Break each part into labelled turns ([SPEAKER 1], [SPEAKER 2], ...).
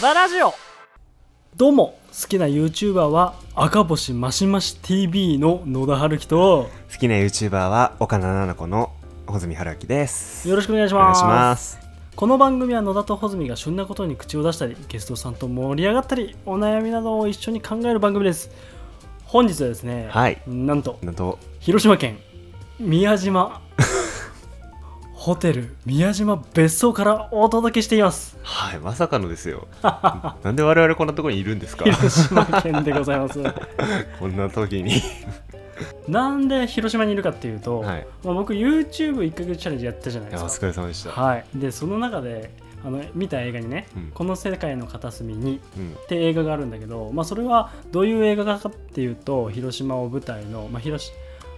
[SPEAKER 1] 田ラジオ
[SPEAKER 2] どうも好きな YouTuber は赤星マシマシ TV の野田春樹と
[SPEAKER 3] 好きな YouTuber は岡田奈々子の穂積春明です
[SPEAKER 2] よろしくお願いし
[SPEAKER 3] お
[SPEAKER 2] ます
[SPEAKER 3] す
[SPEAKER 2] この番組は野田と穂積が旬なことに口を出したりゲストさんと盛り上がったりお悩みなどを一緒に考える番組です本日はですね、
[SPEAKER 3] はい
[SPEAKER 2] なんと
[SPEAKER 3] なんと
[SPEAKER 2] 広島県宮島ホテル宮島別荘からお届けしてい ます
[SPEAKER 3] はいまさかので すよなんで我々こんなところにいるんですか
[SPEAKER 2] 広島県でございます
[SPEAKER 3] こんな時 に
[SPEAKER 2] なんで広島にいるかっていうと、
[SPEAKER 3] はい
[SPEAKER 2] まあ、僕 YouTube1 ヶ月チャレンジやったじゃない
[SPEAKER 3] い
[SPEAKER 2] で
[SPEAKER 3] や
[SPEAKER 2] す
[SPEAKER 3] お
[SPEAKER 2] か
[SPEAKER 3] 疲れ様でした、
[SPEAKER 2] はい、でその中であの見た映画にね、
[SPEAKER 3] うん
[SPEAKER 2] この世界の片隅に」
[SPEAKER 3] うん
[SPEAKER 2] って映画があるんだけど、まあ、それはどういう映画かっていうと広島を舞台の,、まあ、広し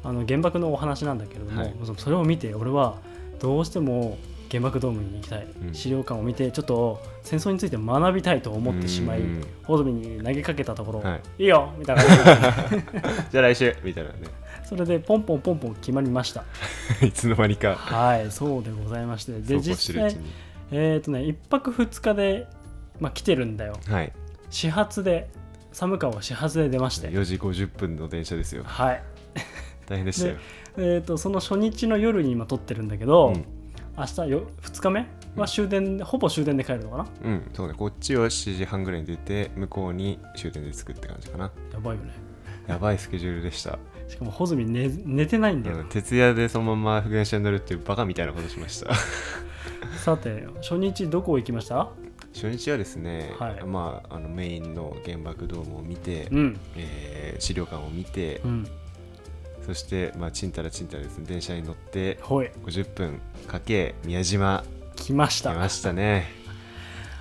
[SPEAKER 2] あの原爆のお話なんだけれども、
[SPEAKER 3] はい
[SPEAKER 2] そそれを見て俺はどうしても原爆ドームに行きたい、
[SPEAKER 3] うん
[SPEAKER 2] 資料館を見てちょっと戦争について学びたいと思ってしまい
[SPEAKER 3] うん
[SPEAKER 2] ホズミに投げかけたところ、、
[SPEAKER 3] はい
[SPEAKER 2] いよみたいな 感じ
[SPEAKER 3] じゃあ来週みたいなね
[SPEAKER 2] でそれでポンポンポンポン決まりました
[SPEAKER 3] いつの間にか
[SPEAKER 2] はいそうでございましてで
[SPEAKER 3] そうこうして
[SPEAKER 2] 実
[SPEAKER 3] る
[SPEAKER 2] 際
[SPEAKER 3] うちに
[SPEAKER 2] えー、とね1泊2日で、まあ、来てるんだよ
[SPEAKER 3] はい
[SPEAKER 2] 始発で寒川を始発で出まして
[SPEAKER 3] 4時50分の電車ですよ
[SPEAKER 2] はい
[SPEAKER 3] 大変でしたよ、
[SPEAKER 2] えー、とその初日の夜に今撮ってるんだけど、
[SPEAKER 3] うん
[SPEAKER 2] 明日よ2日目は終電で、ほぼ終電で帰るのかな
[SPEAKER 3] うんそうねこっちは7時半ぐらいに出て向こうに終点で着くって感じかな
[SPEAKER 2] やばいよね
[SPEAKER 3] やばいスケジュールでした、
[SPEAKER 2] しかも穂積寝寝てないんだよ、
[SPEAKER 3] うん、徹夜でそのまま電車に乗るっていうバカみたいなことしました
[SPEAKER 2] さて初日どこ行きました
[SPEAKER 3] 初日はですね、
[SPEAKER 2] はい
[SPEAKER 3] まあ、あのメインの原爆ドームを見て、
[SPEAKER 2] うん
[SPEAKER 3] えー資料館を見て、
[SPEAKER 2] うん
[SPEAKER 3] そして、まあ、ちんたらちんたらですね電車に乗って
[SPEAKER 2] ほい
[SPEAKER 3] 50分かけ宮島
[SPEAKER 2] 来まし
[SPEAKER 3] 出
[SPEAKER 2] た
[SPEAKER 3] ましたね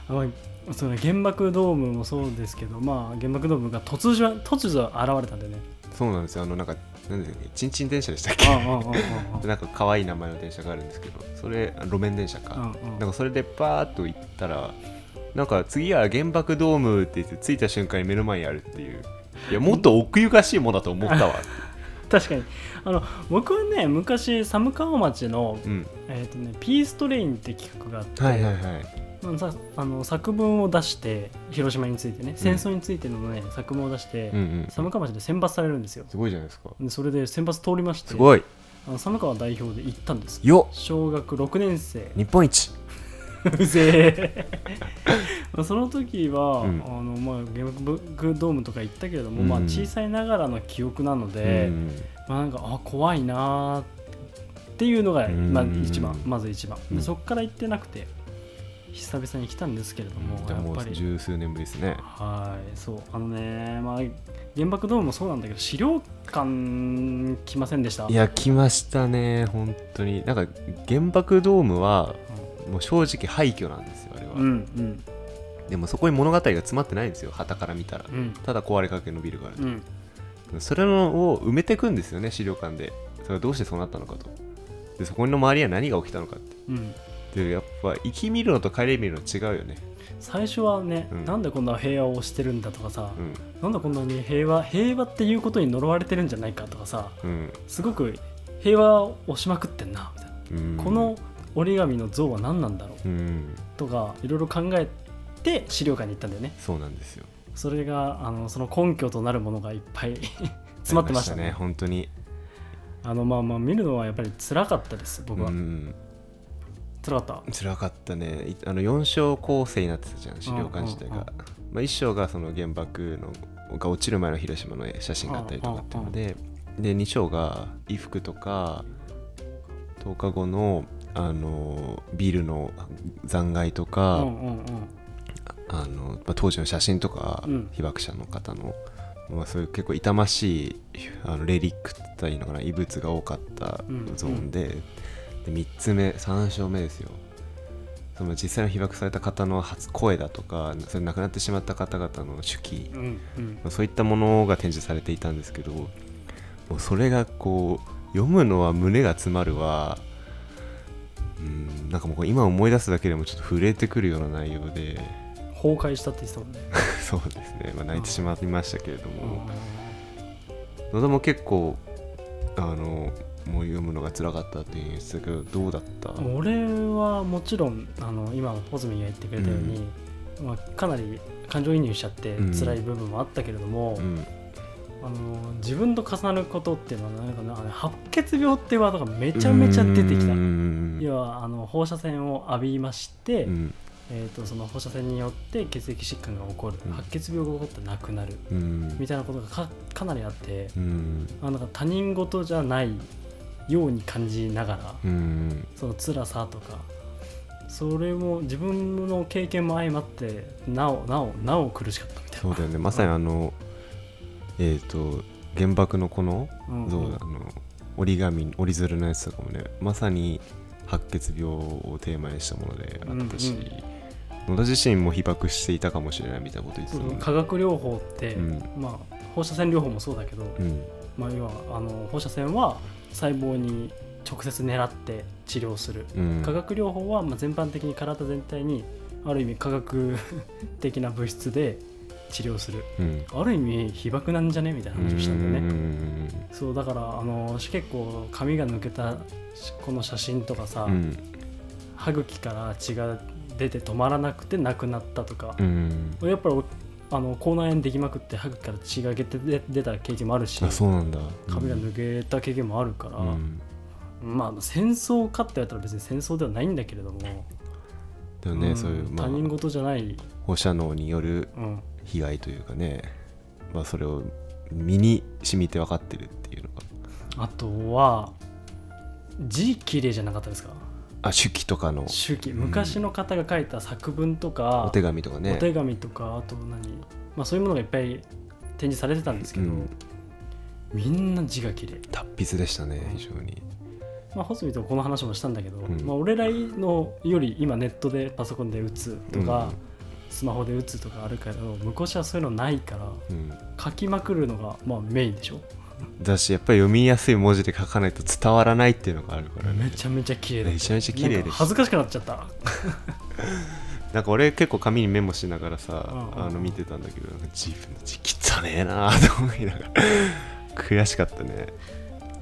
[SPEAKER 2] あのその原爆ドームもそうですけどまあ原爆ドームが突如突如現れたんだよね
[SPEAKER 3] そうなんですよあのなんかなんでちんちん電車でしたっ
[SPEAKER 2] ああ
[SPEAKER 3] け
[SPEAKER 2] ああああああ
[SPEAKER 3] なんか可愛い名前の電車があるんですけどそれあ路面電車か、
[SPEAKER 2] うんうん
[SPEAKER 3] なんかそれでバーッと行ったらなんか次は原爆ドームって言って着いた瞬間に目の前にあるっていういやもっと奥ゆかしいものだと思ったわ
[SPEAKER 2] 確かにあの僕はね昔寒川町の、
[SPEAKER 3] うん
[SPEAKER 2] えーとね、ピーストレインって企画があって、
[SPEAKER 3] はいはいはい
[SPEAKER 2] あのさあの作文を出して広島についてね戦争についての、ね作文を出して、
[SPEAKER 3] うんうん
[SPEAKER 2] 寒川町で選抜されるんですよ
[SPEAKER 3] すごいじゃないですか
[SPEAKER 2] でそれで選抜通りまして
[SPEAKER 3] すごい
[SPEAKER 2] あの寒川代表で行ったんです
[SPEAKER 3] よ
[SPEAKER 2] 小学6年生
[SPEAKER 3] 日本一
[SPEAKER 2] うぜえまあその時は、
[SPEAKER 3] うん
[SPEAKER 2] あのまあ、原爆ドームとか行ったけれども、
[SPEAKER 3] うん
[SPEAKER 2] まあ、小さいながらの記憶なので、
[SPEAKER 3] うん
[SPEAKER 2] まあ、なんかあ怖いなーっていうのが、
[SPEAKER 3] うん
[SPEAKER 2] まあ、一番まず一番、で
[SPEAKER 3] うん
[SPEAKER 2] そこから行ってなくて久々に来たんですけれども、
[SPEAKER 3] じゃあも
[SPEAKER 2] やっぱ
[SPEAKER 3] う
[SPEAKER 2] り
[SPEAKER 3] 十数年ぶりですね
[SPEAKER 2] はいそうあのね、まあ、原爆ドームもそうなんだけど資料館来ませんでした
[SPEAKER 3] いや来ましたね本当になんか原爆ドームはもう正直廃墟なんですよあれは、
[SPEAKER 2] うんうん
[SPEAKER 3] でもそこに物語が詰まってないんですよ旗から見たら、
[SPEAKER 2] うん
[SPEAKER 3] ただ壊れかけのビルがある
[SPEAKER 2] う、ん
[SPEAKER 3] それのを埋めていくんですよね資料館でそれはどうしてそうなったのかとでそこの周りは何が起きたのかって
[SPEAKER 2] うん
[SPEAKER 3] でやっぱ行き見るのと帰り見るの違うよね
[SPEAKER 2] 最初はね、
[SPEAKER 3] うん
[SPEAKER 2] なんでこんな平和をしてるんだとかさ、
[SPEAKER 3] うん
[SPEAKER 2] なんでこんなに平和平和っていうことに呪われてるんじゃないかとかさ
[SPEAKER 3] うん、
[SPEAKER 2] すごく平和を押しまくってんなみたいな
[SPEAKER 3] うん、
[SPEAKER 2] この折り紙の像は何なんだろう
[SPEAKER 3] うん
[SPEAKER 2] とかいろいろ考えて資料館に行ったんだよね
[SPEAKER 3] そうなんですよ
[SPEAKER 2] それがあのその根拠となるものがいっぱい 詰まってましたね
[SPEAKER 3] あり本当に
[SPEAKER 2] あのまあまあ見るのはやっぱり辛かったです僕は、
[SPEAKER 3] うん
[SPEAKER 2] 辛かっ
[SPEAKER 3] 辛かったねいあの4章構成になってたじゃん資料館自体
[SPEAKER 2] うんうん
[SPEAKER 3] が、まあ、1章がその原爆のが落ちる前の広島の写真があったりとかっていうのでで2章が衣服とか10日後のあのビルの残骸と
[SPEAKER 2] た
[SPEAKER 3] か、
[SPEAKER 2] うんうんうん
[SPEAKER 3] あのまあ、当時の写真とか、
[SPEAKER 2] うん
[SPEAKER 3] 被爆者の方の、まあ、そういう結構痛ましいあのレリックって言ったらいいのかな遺物が多かったゾーンで,、で3つ目3章目ですよその実際の被爆された方の初声だとかそれ亡くなってしまった方々の手記、ま
[SPEAKER 2] うんうん
[SPEAKER 3] あ、そういったものが展示されていたんですけどもうそれがこう読むのは胸が詰まるわうんなんかもうこれ今思い出すだけでもちょっと震えてくるような内容で。
[SPEAKER 2] 崩壊したって言ってたもんね
[SPEAKER 3] そうですね、まあ、泣いてしまいましたけれども、
[SPEAKER 2] う
[SPEAKER 3] 野田も結構あのもう読むのが辛かったっていうですけどどうだった
[SPEAKER 2] ん俺はもちろんあの今穂積が言ってくれたように、まあ、かなり感情移入しちゃって
[SPEAKER 3] うん
[SPEAKER 2] 辛い部分もあったけれども、
[SPEAKER 3] うん
[SPEAKER 2] あの自分と重なることっていうのはなんかねあの白血病ってワードがめちゃめちゃ出てきた
[SPEAKER 3] うんうん
[SPEAKER 2] 要はあの放射線を浴びまして、
[SPEAKER 3] うん
[SPEAKER 2] えー、とその放射線によって血液疾患が起こる、
[SPEAKER 3] うん
[SPEAKER 2] 白血病が起こってなくなる
[SPEAKER 3] うん
[SPEAKER 2] みたいなことがかかなりあって、
[SPEAKER 3] うん
[SPEAKER 2] あなんか他人事じゃないように感じながら、
[SPEAKER 3] うん
[SPEAKER 2] その辛さとかそれも自分の経験も相まってなおなおなお苦しかったみたいな
[SPEAKER 3] そうだよねまさにあのえっ、と原爆のこの
[SPEAKER 2] うん
[SPEAKER 3] そうだあの折り紙折り鶴のやつとかもねまさに白血病をテーマにしたものであったし、
[SPEAKER 2] うんうん
[SPEAKER 3] 野田自身も被爆していたかもしれないみたいなこと言って
[SPEAKER 2] そ
[SPEAKER 3] たもん
[SPEAKER 2] の
[SPEAKER 3] ね
[SPEAKER 2] 化学療法って、
[SPEAKER 3] うん
[SPEAKER 2] まあ、放射線療法もそうだけど、
[SPEAKER 3] うん
[SPEAKER 2] まあ、要はあの放射線は細胞に直接狙って治療する
[SPEAKER 3] うん
[SPEAKER 2] 化学療法はまあ全般的に体全体にある意味化学的な物質で治療する
[SPEAKER 3] うん
[SPEAKER 2] ある意味被爆なんじゃねみたいな話をしたんだよ
[SPEAKER 3] う
[SPEAKER 2] ね
[SPEAKER 3] ん
[SPEAKER 2] そうだからあの結構髪が抜けたしこの写真とかさ、
[SPEAKER 3] うん
[SPEAKER 2] 歯茎から血が出て止まらなくて亡くなったとか
[SPEAKER 3] う、ん
[SPEAKER 2] やっぱりおあの口内炎できまくって歯茎から血が出て出出た経験もあるし
[SPEAKER 3] あそうなんだ
[SPEAKER 2] 髪が抜けた経験もあるから、
[SPEAKER 3] うん
[SPEAKER 2] まあ戦争かって言われたら別に戦争ではないんだけれども、
[SPEAKER 3] だよ
[SPEAKER 2] う
[SPEAKER 3] ね、
[SPEAKER 2] ん
[SPEAKER 3] そういう、まあ
[SPEAKER 2] 他、人事じゃない、
[SPEAKER 3] 放射能による
[SPEAKER 2] うん、
[SPEAKER 3] 被害というかね、まあ、それを身に染みて分かってるっていうのが
[SPEAKER 2] あとは字綺麗じゃなかったですか
[SPEAKER 3] あ手記とかの
[SPEAKER 2] 周期
[SPEAKER 3] うん
[SPEAKER 2] 昔の方が書いた作文とか
[SPEAKER 3] お、手紙とかね
[SPEAKER 2] お手紙とかあと何、まあ、そういうものがいっぱい展示されてたんですけど、
[SPEAKER 3] うん
[SPEAKER 2] みんな字が綺麗
[SPEAKER 3] 達筆でしたね非常に
[SPEAKER 2] まあ、ホスミとこの話もしたんだけど、
[SPEAKER 3] ん
[SPEAKER 2] まあ、俺らのより今ネットでパソコンで打つとか、
[SPEAKER 3] うん
[SPEAKER 2] スマホで打つとかあるけど昔はそういうのないから
[SPEAKER 3] うん
[SPEAKER 2] 書きまくるのが、まあ、メインでしょ
[SPEAKER 3] だしやっぱり読みやすい文字で書かないと伝わらないっていうのがあるから
[SPEAKER 2] め
[SPEAKER 3] ね
[SPEAKER 2] ちゃめちゃ綺麗だった
[SPEAKER 3] めちゃめちゃ綺麗
[SPEAKER 2] なん
[SPEAKER 3] で
[SPEAKER 2] か
[SPEAKER 3] した
[SPEAKER 2] 恥ずかしくなっちゃった
[SPEAKER 3] なんか俺結構紙にメモしなが
[SPEAKER 2] うんう
[SPEAKER 3] ら
[SPEAKER 2] ん
[SPEAKER 3] さ
[SPEAKER 2] うん
[SPEAKER 3] あの見てたんだけどなんか自分の字汚ねえなあと思いながら悔しかったね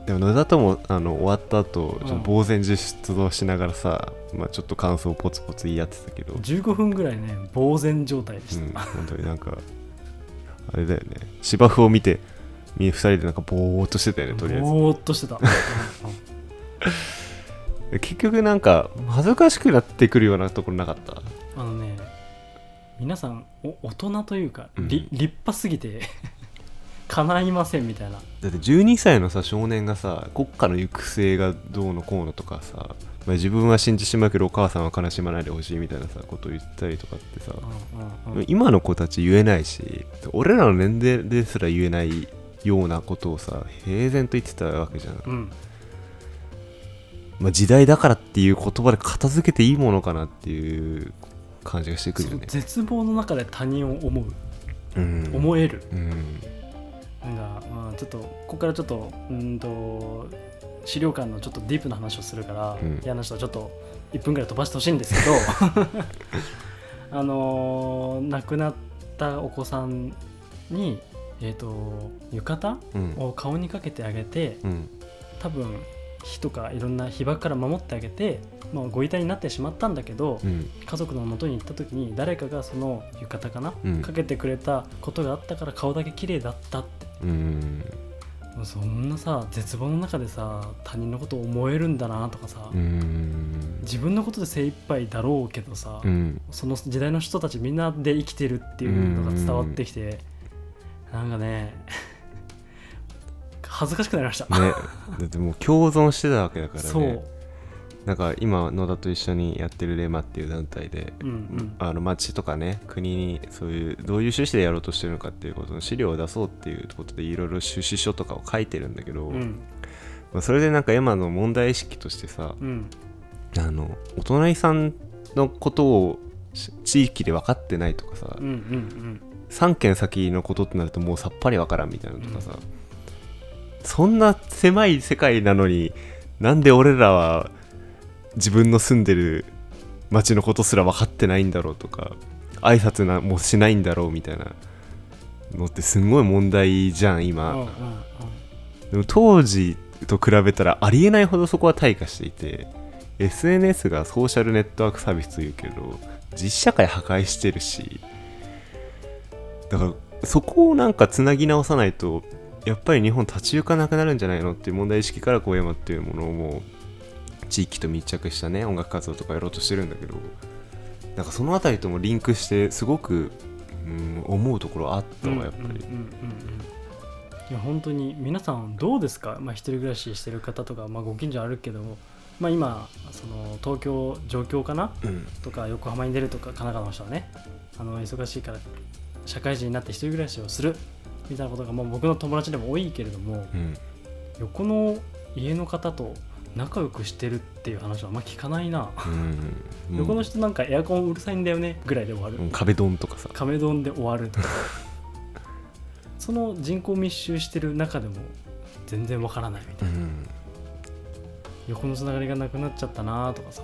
[SPEAKER 3] でも野田ともあの終わった後ちょっと呆然自失動しながらさ、まあ、ちょっと感想をポツポツ言い合ってたけど
[SPEAKER 2] 15分ぐらいね呆然状態で
[SPEAKER 3] う
[SPEAKER 2] し
[SPEAKER 3] ん、
[SPEAKER 2] た、
[SPEAKER 3] 本当になんか、あれだよね、芝生を見て、み2人でなんかぼーっとしてたよね、とりあえず。
[SPEAKER 2] ぼーっと してたうん
[SPEAKER 3] 結局、なんか、恥ずかしくなってくるようなところなかった。
[SPEAKER 2] あのね皆さんお大人というか、
[SPEAKER 3] うん
[SPEAKER 2] り立派すぎて 叶いませんみたいな
[SPEAKER 3] だって12歳のさ少年がさ国家の行く末がどうのこうのとかさ、まあ、自分は信じてしまうけどお母さんは悲しまないでほしいみたいなさことを言ったりとかってさ、
[SPEAKER 2] うんうんうん
[SPEAKER 3] 今の子たち言えないし俺らの年齢ですら言えないようなことをさ平然と言ってたわけじゃん、
[SPEAKER 2] うん
[SPEAKER 3] まあ、時代だからっていう言葉で片付けていいものかなっていう感じがしてくるよね。
[SPEAKER 2] そう絶望の中で他人を思う、
[SPEAKER 3] うん、
[SPEAKER 2] 思える
[SPEAKER 3] うん
[SPEAKER 2] なんか、まあ、ちょっとここからちょっとうーんと資料館のちょっとディープな話をするから、
[SPEAKER 3] うん
[SPEAKER 2] 嫌な人はちょっと1分ぐらい飛ばしてほしいんです けどあのー亡くなったお子さんに、えー、と浴衣
[SPEAKER 3] うん
[SPEAKER 2] を顔にかけてあげて
[SPEAKER 3] うん
[SPEAKER 2] 多分火とかいろんな被爆から守ってあげて、まあ、ご遺体になってしまったんだけど、
[SPEAKER 3] うん
[SPEAKER 2] 家族の元に行った時に誰かがその浴衣かな、
[SPEAKER 3] うん
[SPEAKER 2] かけてくれたことがあったから顔だけ綺麗だったって
[SPEAKER 3] うん
[SPEAKER 2] そんなさ絶望の中でさ他人のことを思えるんだなとかさ、
[SPEAKER 3] うん
[SPEAKER 2] 自分のことで精一杯だろうけどさ、
[SPEAKER 3] うん
[SPEAKER 2] その時代の人たちみんなで生きてるっていうのが伝わってきて、なんかね恥ずかしくなりました、
[SPEAKER 3] ね、だってもう共存してたわけだからね
[SPEAKER 2] そう、
[SPEAKER 3] なんか今野田と一緒にやってるレマっていう団体で、
[SPEAKER 2] うんうん、
[SPEAKER 3] あの町とかね国にそういうどういう趣旨でやろうとしてるのかっていうことの資料を出そうっていうことでいろいろ趣旨書とかを書いてるんだけど、
[SPEAKER 2] うん
[SPEAKER 3] まあ、それでなんか今の問題意識としてさ、
[SPEAKER 2] うん
[SPEAKER 3] あのお隣さんのことをし地域で分かってないとかさ、
[SPEAKER 2] うんうん
[SPEAKER 3] 3軒先のことってなるともうさっぱり分からんみたいなのとかさ、そんな狭い世界なのになんで俺らは自分の住んでる町のことすら分かってないんだろうとか挨拶なもしないんだろうみたいなのってすごい問題じゃん
[SPEAKER 2] うん
[SPEAKER 3] 今、
[SPEAKER 2] うんうん
[SPEAKER 3] でも当時と比べたらありえないほどそこは退化していて SNS がソーシャルネットワークサービスというけど実社会破壊してるしだからそこをなんかつなぎ直さないとやっぱり日本立ち行かなくなるんじゃないのっていう問題意識から小山っていうものをもう地域と密着したね音楽活動とかやろうとしてるんだけどなんかその辺りともリンクしてすごく、うん、思うところあったわやっぱり。
[SPEAKER 2] うんうんうんうんいや本当に皆さんどうですか、まあ、一人暮らししてる方とか、まあ、ご近所あるけども、まあ、今その東京上京かな、
[SPEAKER 3] うん
[SPEAKER 2] とか横浜に出るとか神奈川の人はねあの忙しいから社会人になって一人暮らしをするみたいなことが、まあ、僕の友達でも多いけれども
[SPEAKER 3] うん
[SPEAKER 2] 横の家の方と仲良くしてるっていう話はあんま聞かないな、
[SPEAKER 3] うん、
[SPEAKER 2] 横の
[SPEAKER 3] 人
[SPEAKER 2] 人なんかエアコンうるさいんだよねぐらいで終わる、
[SPEAKER 3] 壁ドンとかさ
[SPEAKER 2] 壁ドンで終わると かその人口密集してる中でも全然わからないみたいな
[SPEAKER 3] うん
[SPEAKER 2] 横のつながりがなくなっちゃったなとかさ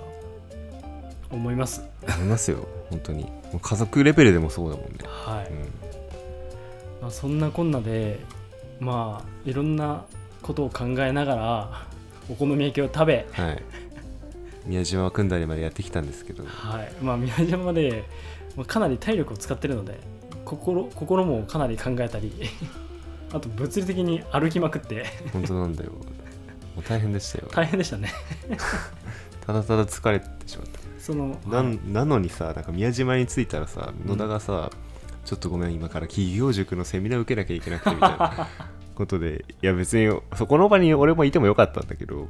[SPEAKER 2] 思います
[SPEAKER 3] 思いますよ本当にもう家族レベルでもそうだもんね、
[SPEAKER 2] はい、
[SPEAKER 3] う
[SPEAKER 2] まあ、そんなこんなでまあいろんなことを考えながらお好み焼きを食べ、
[SPEAKER 3] ん、 はい宮島は組んだりまでやってきたんですけど
[SPEAKER 2] はいまあ、宮島までまあかなり体力を使ってるので心心もかなり考えたり あと物理的に歩きまくって
[SPEAKER 3] 本当なんだよもう大変でしたよ
[SPEAKER 2] 大変でしたね
[SPEAKER 3] ただただ疲れてしまった
[SPEAKER 2] その
[SPEAKER 3] な
[SPEAKER 2] はい
[SPEAKER 3] んなのにさなんか宮島に着いたらさ野田がさ、ちょっとごめん今から企業塾のセミナー受けなきゃいけなくてみたい なことでいや別にそこの場に俺もいてもよかったんだけど、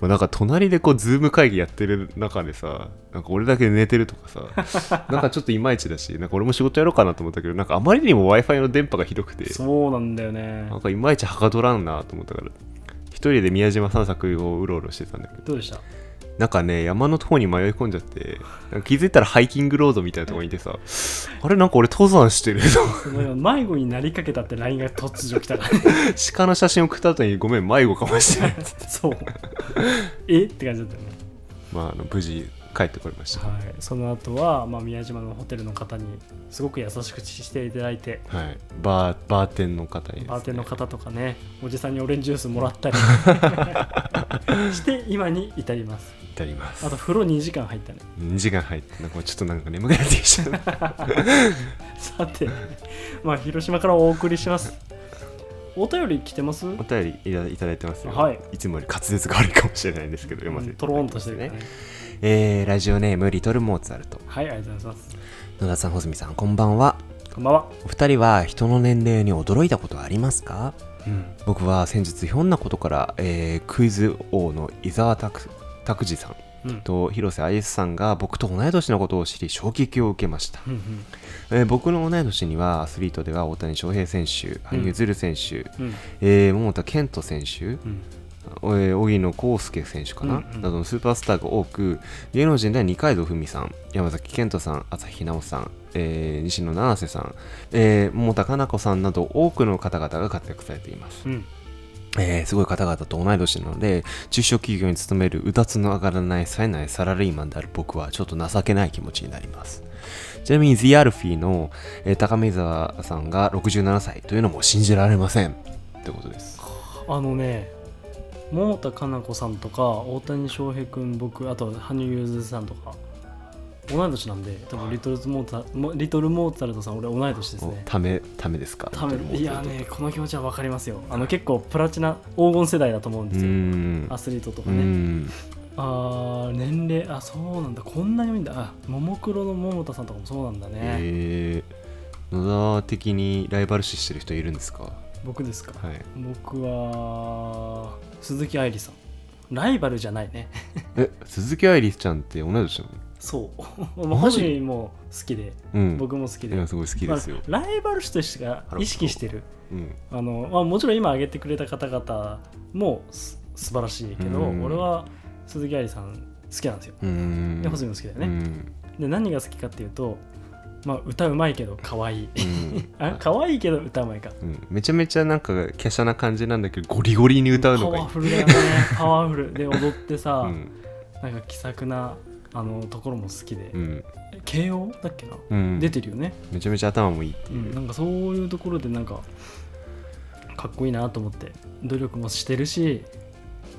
[SPEAKER 3] まあなんか隣でこうズーム会議やってる中でさなんか俺だけ寝てるとか さなんかちょっといまいちだしなんか俺も仕事やろうかなと思ったけどなんかあまりにも w i f i の電波がひどくて
[SPEAKER 2] そうなんだよね
[SPEAKER 3] なんかいまいちはかどらんなと思ったから一人で宮島散策をうろうろしてたんだけど
[SPEAKER 2] どうでした
[SPEAKER 3] なんかね、山の方に迷い込んじゃって、なんか気づいたらハイキングロードみたいなとこにいてさ、あれなんか俺登山してる
[SPEAKER 2] その迷子になりかけたって LINE が突如来たから
[SPEAKER 3] 鹿の写真送った後にごめん、迷子かもしれない。
[SPEAKER 2] そうえって感じだったよね
[SPEAKER 3] まあ、あの無事帰ってこれました。は
[SPEAKER 2] はい、その後はまあ、宮島のホテルの方にすごく優しくしていただいて、
[SPEAKER 3] い。バー、バーテンの方にですね、
[SPEAKER 2] バーテンの方とかねおじさんにオレンジジュースもらったり して今に至ります
[SPEAKER 3] いたります
[SPEAKER 2] あ。と風呂2時間入ったね
[SPEAKER 3] 2時間入って、なんかちょっとなんか眠くなってきちゃ った。
[SPEAKER 2] さてまあ広島からお送りしますお便り来てます
[SPEAKER 3] お便りいたいただいてますよ。
[SPEAKER 2] はい。
[SPEAKER 3] いつもより滑舌が悪いかもしれないんですけど、読ませていた
[SPEAKER 2] ト
[SPEAKER 3] だき
[SPEAKER 2] ロ
[SPEAKER 3] ます
[SPEAKER 2] ーンとしてるからね。
[SPEAKER 3] えー、ラジオネーム、リトルモーツァルト。
[SPEAKER 2] はいありがとうございます
[SPEAKER 3] 野田さん、穂積さん、こんばんは。
[SPEAKER 2] こんばんは、
[SPEAKER 3] お二人は人の年齢に驚いたことはありますか僕は先日ひょんなことから、えークイズ王の伊沢拓拓司さん
[SPEAKER 2] うん
[SPEAKER 3] と広瀬アリスさんが僕と同い年のことを知り衝撃を受けました、
[SPEAKER 2] うん
[SPEAKER 3] えー僕の同い年にはアスリートでは大谷翔平選手
[SPEAKER 2] う
[SPEAKER 3] 羽
[SPEAKER 2] ん
[SPEAKER 3] 生結弦選手、
[SPEAKER 2] うんうん
[SPEAKER 3] えー桃田賢斗選手
[SPEAKER 2] うん
[SPEAKER 3] えー荻野康介選手かな、
[SPEAKER 2] うんうん
[SPEAKER 3] などのスーパースターが多く芸能人では二階堂ふみさん山崎賢人さん朝日奈央さん、えー西野七瀬さん、えー桃田加奈子さんなど多くの方々が活躍されています、
[SPEAKER 2] うん
[SPEAKER 3] えーすごい方々と同い年なので中小企業に勤めるうだつの上がらない冴えないサラリーマンである僕はちょっと情けない気持ちになりますちなみに The アルフィーの、えー高見沢さんが67歳というのも信じられませんってことです
[SPEAKER 2] あのね桃田加奈子さんとか大谷翔平君僕あと羽生結弦さんとか同い年なんで多分リトルモーツァもリトルモーツァルトさん俺同い年です
[SPEAKER 3] お
[SPEAKER 2] ね
[SPEAKER 3] ためためですか
[SPEAKER 2] 多
[SPEAKER 3] 本当
[SPEAKER 2] 分
[SPEAKER 3] に
[SPEAKER 2] いやねこの気持ちは分かりますよあの結構プラチナ黄金世代だと思うん
[SPEAKER 3] う
[SPEAKER 2] ですよ
[SPEAKER 3] ん
[SPEAKER 2] アスリートとか
[SPEAKER 3] う
[SPEAKER 2] ね
[SPEAKER 3] ん
[SPEAKER 2] あー年齢あそうなんだこんなに多いんだあももクロの桃田さんとかもそうなんだね
[SPEAKER 3] えー、野田的にライバル視してる人いるんですかは
[SPEAKER 2] 僕ですか
[SPEAKER 3] い
[SPEAKER 2] 僕は鈴木愛理さんライバルじゃないね
[SPEAKER 3] え鈴木愛理ちゃんって同い年なの
[SPEAKER 2] そう。まあ、本人も好きで、
[SPEAKER 3] うん
[SPEAKER 2] 僕も好き
[SPEAKER 3] い
[SPEAKER 2] で。
[SPEAKER 3] やすごい好きですよ、
[SPEAKER 2] まあライバル視としてが意識してる。
[SPEAKER 3] うん
[SPEAKER 2] あのまあ、もちろん今挙げてくれた方々もす素晴らしいけど、
[SPEAKER 3] うん
[SPEAKER 2] 俺は鈴木愛理さん好きなんですよ。
[SPEAKER 3] うん
[SPEAKER 2] で、細見も好きだよ
[SPEAKER 3] う
[SPEAKER 2] ね。
[SPEAKER 3] ん
[SPEAKER 2] で、何が好きかっていうと、まあ、歌うまいけど可愛い。
[SPEAKER 3] うん
[SPEAKER 2] あ可愛いけど歌うまいか。
[SPEAKER 3] うん、めちゃめちゃなんか華奢な感じなんだけどゴリゴリに歌う
[SPEAKER 2] パ
[SPEAKER 3] のがいい
[SPEAKER 2] ワフルだよ ね。パワフル。で、踊ってさ、
[SPEAKER 3] うん
[SPEAKER 2] なんか気さくなあのところも好きで
[SPEAKER 3] う。ん
[SPEAKER 2] 慶応だっけな、
[SPEAKER 3] うん、
[SPEAKER 2] 出てるよね。
[SPEAKER 3] めちゃめちゃ頭もいいって
[SPEAKER 2] う
[SPEAKER 3] い
[SPEAKER 2] ん、
[SPEAKER 3] う、
[SPEAKER 2] なんかそういうところでなんかかっこいいなと思って努力もしてるし、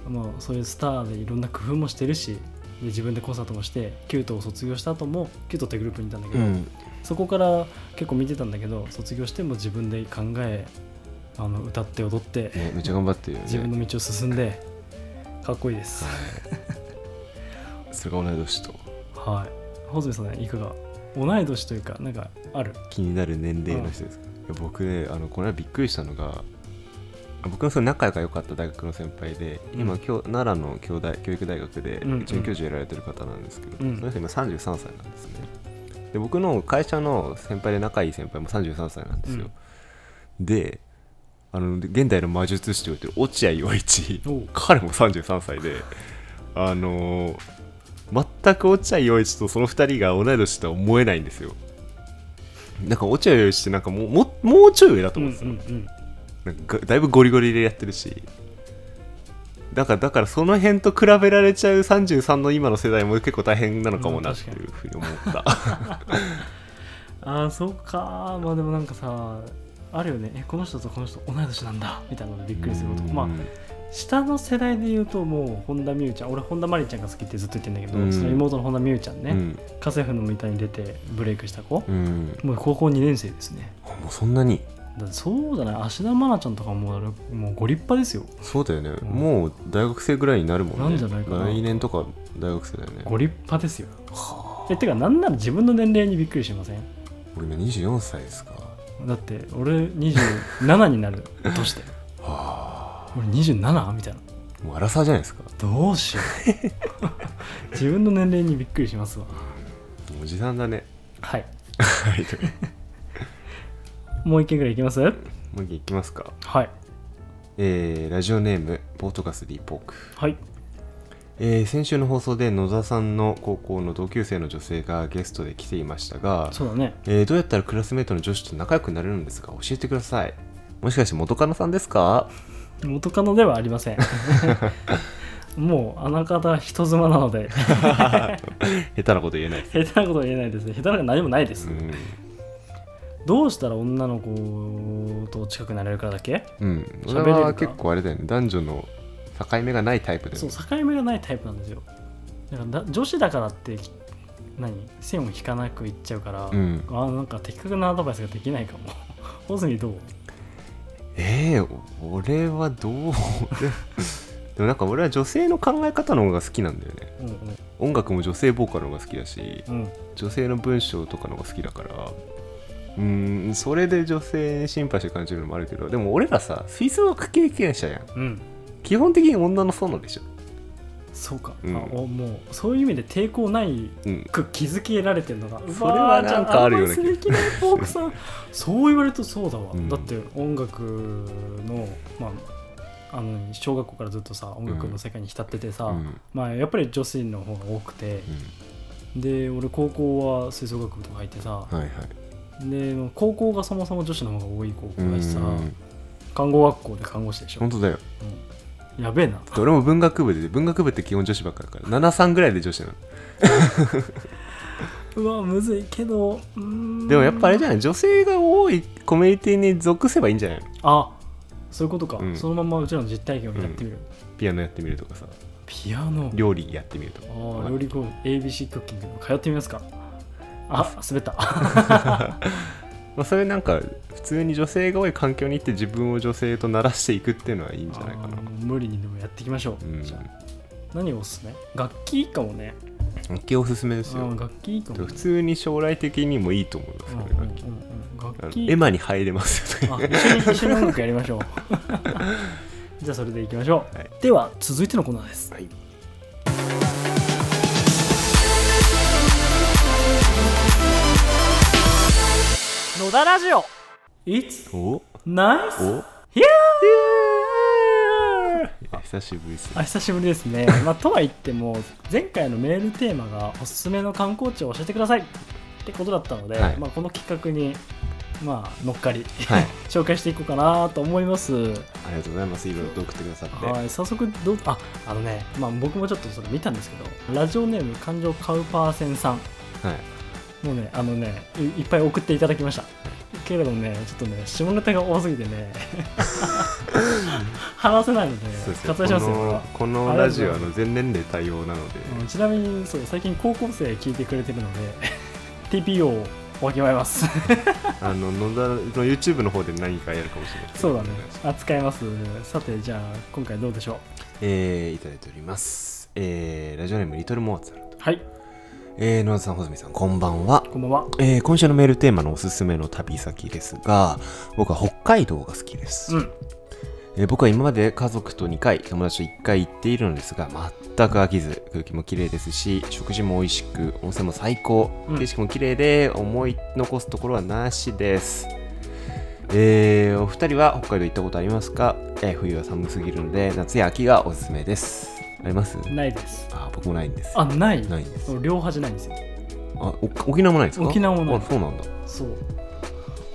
[SPEAKER 2] まあ、そういうスターでいろんな工夫もしてるしで自分でコンサートもしてキュートを卒業した後もキュートってグループにいたんだけ
[SPEAKER 3] う
[SPEAKER 2] ど、
[SPEAKER 3] ん
[SPEAKER 2] そこから結構見てたんだけど卒業しても自分で考えあの歌って踊って
[SPEAKER 3] ね、めっちゃ頑張ってるよね
[SPEAKER 2] 自分の道を進んでかっこいいです
[SPEAKER 3] それが同い年と
[SPEAKER 2] はい穂積さんねいかが同い年というかなんかある
[SPEAKER 3] 気になる年齢の人ですか、いや僕ねあのこれはびっくりしたのが僕のその仲が良かった大学の先輩で、
[SPEAKER 2] うん
[SPEAKER 3] 今今日奈良の教大教育大学で
[SPEAKER 2] うんうん
[SPEAKER 3] 准教授やられてる方なんですけど、
[SPEAKER 2] うん
[SPEAKER 3] その人今33歳なんですねで僕の会社の先輩で仲いい先輩も33歳なんですよ、であの現代の魔術師と言われてる落合陽一
[SPEAKER 2] おう
[SPEAKER 3] 彼も33歳であのー全く落合陽一とその2人が同い年とは思えないんですよなんか落合陽一ってなんかもうもうもうちょい上だと
[SPEAKER 2] うん
[SPEAKER 3] 思
[SPEAKER 2] う
[SPEAKER 3] うんですよ、
[SPEAKER 2] ん
[SPEAKER 3] なんかがだいぶゴリゴリでやってるしだからだからその辺と比べられちゃう33の今の世代も結構大変なのかもなっていうふうに思った、
[SPEAKER 2] ああそうかーまあでもなんかさあるよねえこの人とこの人同い年なんだみたいなのでびっくりすることまあ下の世代で言うともう本田望結ちゃん俺本田真理ちゃんが好きってずっと言ってんだけど、
[SPEAKER 3] うん
[SPEAKER 2] その妹の本田望結ちゃんね、
[SPEAKER 3] うん
[SPEAKER 2] 家政婦の歌に出てブレイクした子、
[SPEAKER 3] うん
[SPEAKER 2] もう高校2年生ですね
[SPEAKER 3] あもうそんなに
[SPEAKER 2] だってそうだね芦田愛菜ちゃんとかもうもうご立派ですよ
[SPEAKER 3] そうだよね、
[SPEAKER 2] うん
[SPEAKER 3] もう大学生ぐらいになるもんね
[SPEAKER 2] なんじゃないかな
[SPEAKER 3] 来年とか大学生だよね
[SPEAKER 2] ご立派ですよえてかなんなら自分の年齢にびっくりしません
[SPEAKER 3] 俺今24歳ですか
[SPEAKER 2] だって俺27になる年で
[SPEAKER 3] はあ
[SPEAKER 2] 俺 27? みたいな
[SPEAKER 3] もう荒さじゃないですか
[SPEAKER 2] どうしよう自分の年齢にびっくりしますわ
[SPEAKER 3] おじさんだね
[SPEAKER 2] はい
[SPEAKER 3] はい
[SPEAKER 2] もう一件ぐらいいきますは
[SPEAKER 3] もう一軒いきますか
[SPEAKER 2] い
[SPEAKER 3] えーラジオネームポートガス D ポーク
[SPEAKER 2] はい
[SPEAKER 3] えー先週の放送で野田さんの高校の同級生の女性がゲストで来ていましたが、
[SPEAKER 2] そうだね
[SPEAKER 3] えーどうやったらクラスメートの女子と仲良くなれるのですか教えてくださいもしかして元カノさんですか
[SPEAKER 2] 元カノではありません もうあの方は人妻なので
[SPEAKER 3] 下手なこと言えないです、
[SPEAKER 2] 下手なことは言えないですね下手なこと何もないです、
[SPEAKER 3] うん
[SPEAKER 2] どうしたら女の子と近くなれるかだけ
[SPEAKER 3] うん、
[SPEAKER 2] 喋れる
[SPEAKER 3] 俺
[SPEAKER 2] か
[SPEAKER 3] は結構あれだよね男女の境目がないタイプだよ
[SPEAKER 2] そう
[SPEAKER 3] ね
[SPEAKER 2] 境目がないタイプなんですよだからだ女子だからってき何線を引かなくいっちゃうから、
[SPEAKER 3] うん
[SPEAKER 2] あなんか的確なアドバイスができないかも ホズミどう
[SPEAKER 3] えー、俺はどう でもなんか俺は女性の考え方の方が好きなんだよね
[SPEAKER 2] うん
[SPEAKER 3] 音楽も女性ボーカルの方が好きだし
[SPEAKER 2] うんうん
[SPEAKER 3] 女性の文章とかの方が好きだからうーんそれで女性にシンパシー感じるのもあるけどでも俺らさ吹奏楽経験者やん
[SPEAKER 2] うん
[SPEAKER 3] 基本的に女の園でしょ
[SPEAKER 2] そうか、
[SPEAKER 3] うん
[SPEAKER 2] あおもうそういう意味で抵抗ない
[SPEAKER 3] うん
[SPEAKER 2] く気づけられてるのが
[SPEAKER 3] それはなんかあるよね
[SPEAKER 2] うわーじゃあアドバイスできないフォ ークさんそう言われるとそうだわ、
[SPEAKER 3] うん
[SPEAKER 2] だって音楽のまああの小学校からずっとさ音楽の世界に浸っててさ、
[SPEAKER 3] うん
[SPEAKER 2] まあやっぱり女子の方が多くて、で俺高校は吹奏楽部とか入ってさ、
[SPEAKER 3] うんはいはい
[SPEAKER 2] で高校がそもそも女子の方が多い高
[SPEAKER 3] う
[SPEAKER 2] 校だしさ
[SPEAKER 3] ん
[SPEAKER 2] 看護学校で看護師でしょ
[SPEAKER 3] 本、当だよ
[SPEAKER 2] うんやべえな
[SPEAKER 3] 俺も文学部で文学部って基本女子ばっかりだから73ぐらいで女子なの
[SPEAKER 2] うわむずいけどうーん
[SPEAKER 3] でもやっぱあれじゃない女性が多いコミュニティに属せばいいんじゃないの
[SPEAKER 2] あそういうことか、
[SPEAKER 3] うん
[SPEAKER 2] そのまんまうちらの実体験をやってみる、
[SPEAKER 3] ピアノやってみるとかさ
[SPEAKER 2] ピアノ
[SPEAKER 3] 料理やってみるとか
[SPEAKER 2] あー料理コー ABC クッキング通ってみますかあ滑った
[SPEAKER 3] まあ、それなんか普通に女性が多い環境に行って自分を女性と慣らしていくっていうのはいいんじゃないかな
[SPEAKER 2] あー無理にでもやっていきましょ
[SPEAKER 3] う
[SPEAKER 2] う、
[SPEAKER 3] ん
[SPEAKER 2] じゃあ何がおすすめ楽器いいかもね
[SPEAKER 3] 楽器おすすめです
[SPEAKER 2] う
[SPEAKER 3] よ
[SPEAKER 2] ん楽器いいかも、ね、
[SPEAKER 3] 普通に将来的にもいいと思います
[SPEAKER 2] うん
[SPEAKER 3] こ
[SPEAKER 2] うん
[SPEAKER 3] れ楽器
[SPEAKER 2] うんうん
[SPEAKER 3] あ
[SPEAKER 2] 楽
[SPEAKER 3] の
[SPEAKER 2] 器
[SPEAKER 3] 絵馬に入れますよ
[SPEAKER 2] あ
[SPEAKER 3] ね
[SPEAKER 2] 一緒に一緒に音楽やりましょう じゃあそれでいきましょう、
[SPEAKER 3] はい
[SPEAKER 2] では続いてのコーナーです
[SPEAKER 3] はい
[SPEAKER 2] 野田ラジオ It's
[SPEAKER 3] お
[SPEAKER 2] nice
[SPEAKER 3] お
[SPEAKER 2] here
[SPEAKER 3] 久しぶりです
[SPEAKER 2] あ久しぶりですね、まあ、とは言っても前回のメールテーマがおすすめの観光地を教えてくださいってことだったので、
[SPEAKER 3] はい
[SPEAKER 2] まあ、この企画に、まあ、乗っかり、
[SPEAKER 3] はい
[SPEAKER 2] 紹介していこうかなと思います
[SPEAKER 3] ありがとうございますいろいろと送ってくださって
[SPEAKER 2] はい、早速どうああのね、まあ、僕もちょっとそれ見たんですけどラジオネーム感情カウパーセンさん
[SPEAKER 3] はい
[SPEAKER 2] もうねあのねいいっぱい送っていただきましたけれどねちょっとね下ネタが多すぎて ね話せないので
[SPEAKER 3] そうですよ
[SPEAKER 2] 割愛しますよ
[SPEAKER 3] こ
[SPEAKER 2] これは
[SPEAKER 3] のこのラジオはあの全年齢対応なので、
[SPEAKER 2] うんちなみにそう最近高校生聞いてくれてるので TPO をわきまえます
[SPEAKER 3] あの野田の YouTube の方で何かやるかもしれない
[SPEAKER 2] そうだね扱いますさてじゃあ今回どうでしょ
[SPEAKER 3] えー、いただいておりますえー、ラジオネームリトルモーツァルト
[SPEAKER 2] うはい
[SPEAKER 3] えー、野田さん穂積さんこんばんは
[SPEAKER 2] こんばんは
[SPEAKER 3] えー今週のメールテーマのおすすめの旅先ですが僕は北海道が好きです、
[SPEAKER 2] うん
[SPEAKER 3] えー僕は今まで家族と2回友達と1回行っているのですが全く飽きず空気も綺麗ですし食事も美味しく温泉も最高
[SPEAKER 2] うん
[SPEAKER 3] 景色も綺麗で思い残すところはなしです、えーお二人は北海道行ったことありますか、えー冬は寒すぎるので夏や秋がおすすめですあります
[SPEAKER 2] ないです
[SPEAKER 3] あー僕もないんです
[SPEAKER 2] あない
[SPEAKER 3] ないんです
[SPEAKER 2] 両端ないんですよ
[SPEAKER 3] あお沖縄もないんですか
[SPEAKER 2] 沖縄もない
[SPEAKER 3] あそうなんだ
[SPEAKER 2] そう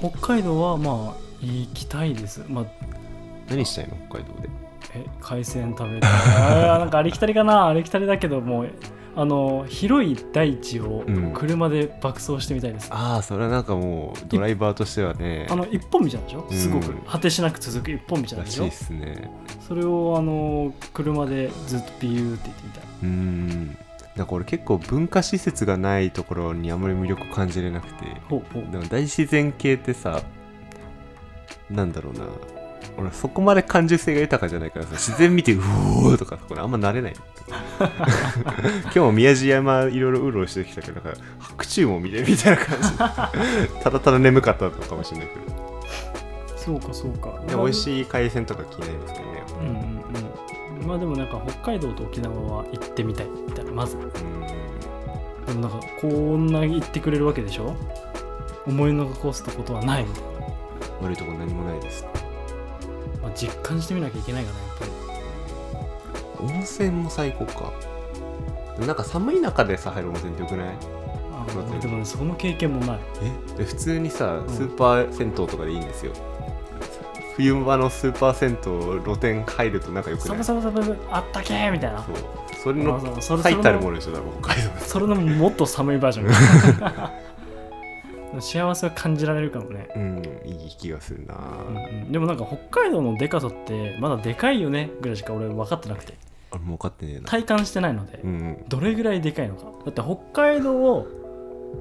[SPEAKER 2] 北海道はまあ行きたいですまあ
[SPEAKER 3] 何したいの北海道で
[SPEAKER 2] え海鮮食べたい あーなんかありきたりかなありきたりだけどもあの広い大地を
[SPEAKER 3] うん
[SPEAKER 2] 車で爆走してみたいです、
[SPEAKER 3] ああそれはなんかもうドライバーとしてはね
[SPEAKER 2] あの一本道なんでしょすごく、
[SPEAKER 3] うん
[SPEAKER 2] 果てしなく続く一本道なん
[SPEAKER 3] ら
[SPEAKER 2] で
[SPEAKER 3] し
[SPEAKER 2] し
[SPEAKER 3] い
[SPEAKER 2] ょ
[SPEAKER 3] ですね
[SPEAKER 2] それをあの車でずっとビューって行ってみたいう
[SPEAKER 3] ーんなんか俺結構文化施設がないところにあんまり魅力感じれなくて
[SPEAKER 2] ほうほう
[SPEAKER 3] でも大自然系ってさなんだろうな俺そこまで感受性が豊かじゃないからさ自然見てうおーとかこれあんま慣れない 今日も宮地山いろいろうろうしてきたけどなんか白昼も見てみたいな感じただただ眠かったのかもしれないけど
[SPEAKER 2] そうかそうか
[SPEAKER 3] で美味しい海鮮とか気になりますけどね
[SPEAKER 2] うんうんうんまあでもなんか北海道と沖縄は行ってみたいみたいなまず
[SPEAKER 3] うん
[SPEAKER 2] でもなんかこんな言ってくれるわけでしょ思い残すことはない、
[SPEAKER 3] 悪いとこ何もないです
[SPEAKER 2] まあ、実感してみなきゃいけないかなやっぱり
[SPEAKER 3] 温泉も最高かでもなんか寒い中でさ入る温泉ってよくない
[SPEAKER 2] あ
[SPEAKER 3] そうそう
[SPEAKER 2] でもねその経験もない
[SPEAKER 3] えで普通にさ
[SPEAKER 2] うん
[SPEAKER 3] スーパー銭湯とかでいいんですよ、冬場のスーパー銭湯露天入るとなんかよく
[SPEAKER 2] サ
[SPEAKER 3] な
[SPEAKER 2] ブ
[SPEAKER 3] いそ
[SPEAKER 2] サブサブあったけーみたいな
[SPEAKER 3] うそれ
[SPEAKER 2] あそうそ
[SPEAKER 3] の
[SPEAKER 2] れ
[SPEAKER 3] 最たるものでしょ多分北海道
[SPEAKER 2] それのもっと寒いバージョ ン幸せを感じられるかもね、
[SPEAKER 3] うんいい気がするな、
[SPEAKER 2] うんうん、でもなんか北海道のでかさってまだでかいよねぐらいしか俺分かってなくて
[SPEAKER 3] あれもう分かってねえな、
[SPEAKER 2] 体感してないので、
[SPEAKER 3] うんうん
[SPEAKER 2] どれぐらいでかいのかだって北海道を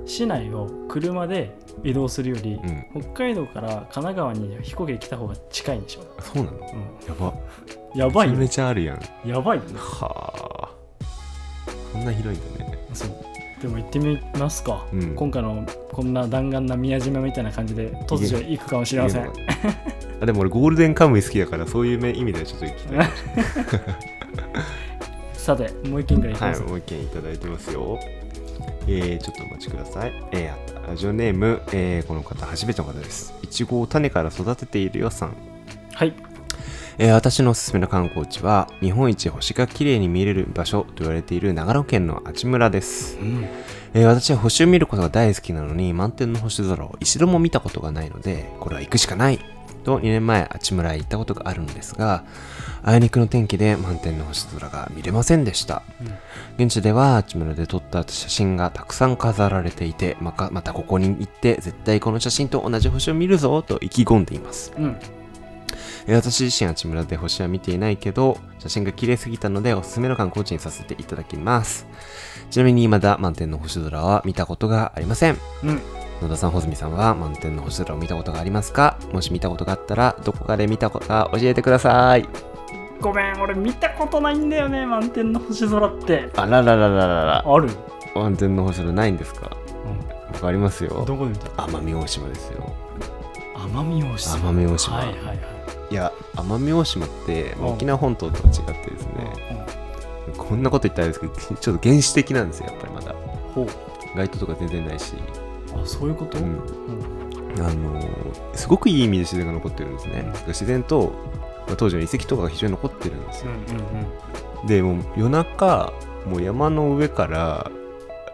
[SPEAKER 2] 市内を車で移動するより、
[SPEAKER 3] うん
[SPEAKER 2] 北海道から神奈川に飛行機で来た方が近いんでしょ、
[SPEAKER 3] あそうなの
[SPEAKER 2] う
[SPEAKER 3] やば
[SPEAKER 2] ん、やばい
[SPEAKER 3] めちゃめ
[SPEAKER 2] よ
[SPEAKER 3] ちゃあるやん
[SPEAKER 2] やばいよね
[SPEAKER 3] はあこんな広いんだね
[SPEAKER 2] そうでも行ってみますか、
[SPEAKER 3] うん
[SPEAKER 2] 今回のこんな弾丸な宮島みたいな感じで突如行くかもしれません
[SPEAKER 3] いいのかなあでも俺ゴールデンカムイ好きだからそういう目意味ではちょっと行きたいな
[SPEAKER 2] さてもう一軒ぐらい行き
[SPEAKER 3] は
[SPEAKER 2] ま
[SPEAKER 3] い、
[SPEAKER 2] す、
[SPEAKER 3] もう一件いただいてますよ。えー、ちょっとお待ちください。えーあった、ラジオネーム、えーこの方、初めての方です。いちごを種から育てているよさん。
[SPEAKER 2] はい、
[SPEAKER 3] えー私のおすすめの観光地は、日本一星が綺麗に見れる場所と言われている長野県の阿智村です。えー私は星を見ることが大好きなのに、満天の星空を一度も見たことがないので、これは行くしかないと2年前、阿智村へ行ったことがあるのですが、あいにくの天気で満天の星空が見れませんでした。現地ではあちむらで撮った写真がたくさん飾られていてまかまたここに行って絶対この写真と同じ星を見るぞと意気込んでいます
[SPEAKER 2] うんうん
[SPEAKER 3] えー私自身あちむらで星は見ていないけど写真が綺麗すぎたのでおすすめの観光地にさせていただきますちなみにまだ満天の星空は見たことがありません
[SPEAKER 2] うん
[SPEAKER 3] 野田さん穂積さんは満天の星空を見たことがありますかもし見たことがあったらどこかで見たことか教えてください
[SPEAKER 2] ごめん俺見たことないんだよね満天の星空って
[SPEAKER 3] あらららららら
[SPEAKER 2] ある、
[SPEAKER 3] 満天の星空ないんですか
[SPEAKER 2] う
[SPEAKER 3] わかりますよ
[SPEAKER 2] ん、どこで見た
[SPEAKER 3] 奄美大島ですよ
[SPEAKER 2] 奄美大島
[SPEAKER 3] 奄美大島
[SPEAKER 2] はいはいはい
[SPEAKER 3] いや奄美大島って
[SPEAKER 2] うん
[SPEAKER 3] 沖縄本島とは違ってですね、こんなこと言ったらあれですけどちょっと原始的なんですよやっぱりまだ
[SPEAKER 2] うんほう
[SPEAKER 3] 街灯とか全然ないし、
[SPEAKER 2] あそういうこと、
[SPEAKER 3] うん
[SPEAKER 2] うん
[SPEAKER 3] あのーすごくいい意味で自然が残ってるんですね自然と、まあ当時の遺跡とかが非常に残ってるんです
[SPEAKER 2] う
[SPEAKER 3] よ
[SPEAKER 2] んうんうん
[SPEAKER 3] でもう夜中もう山の上から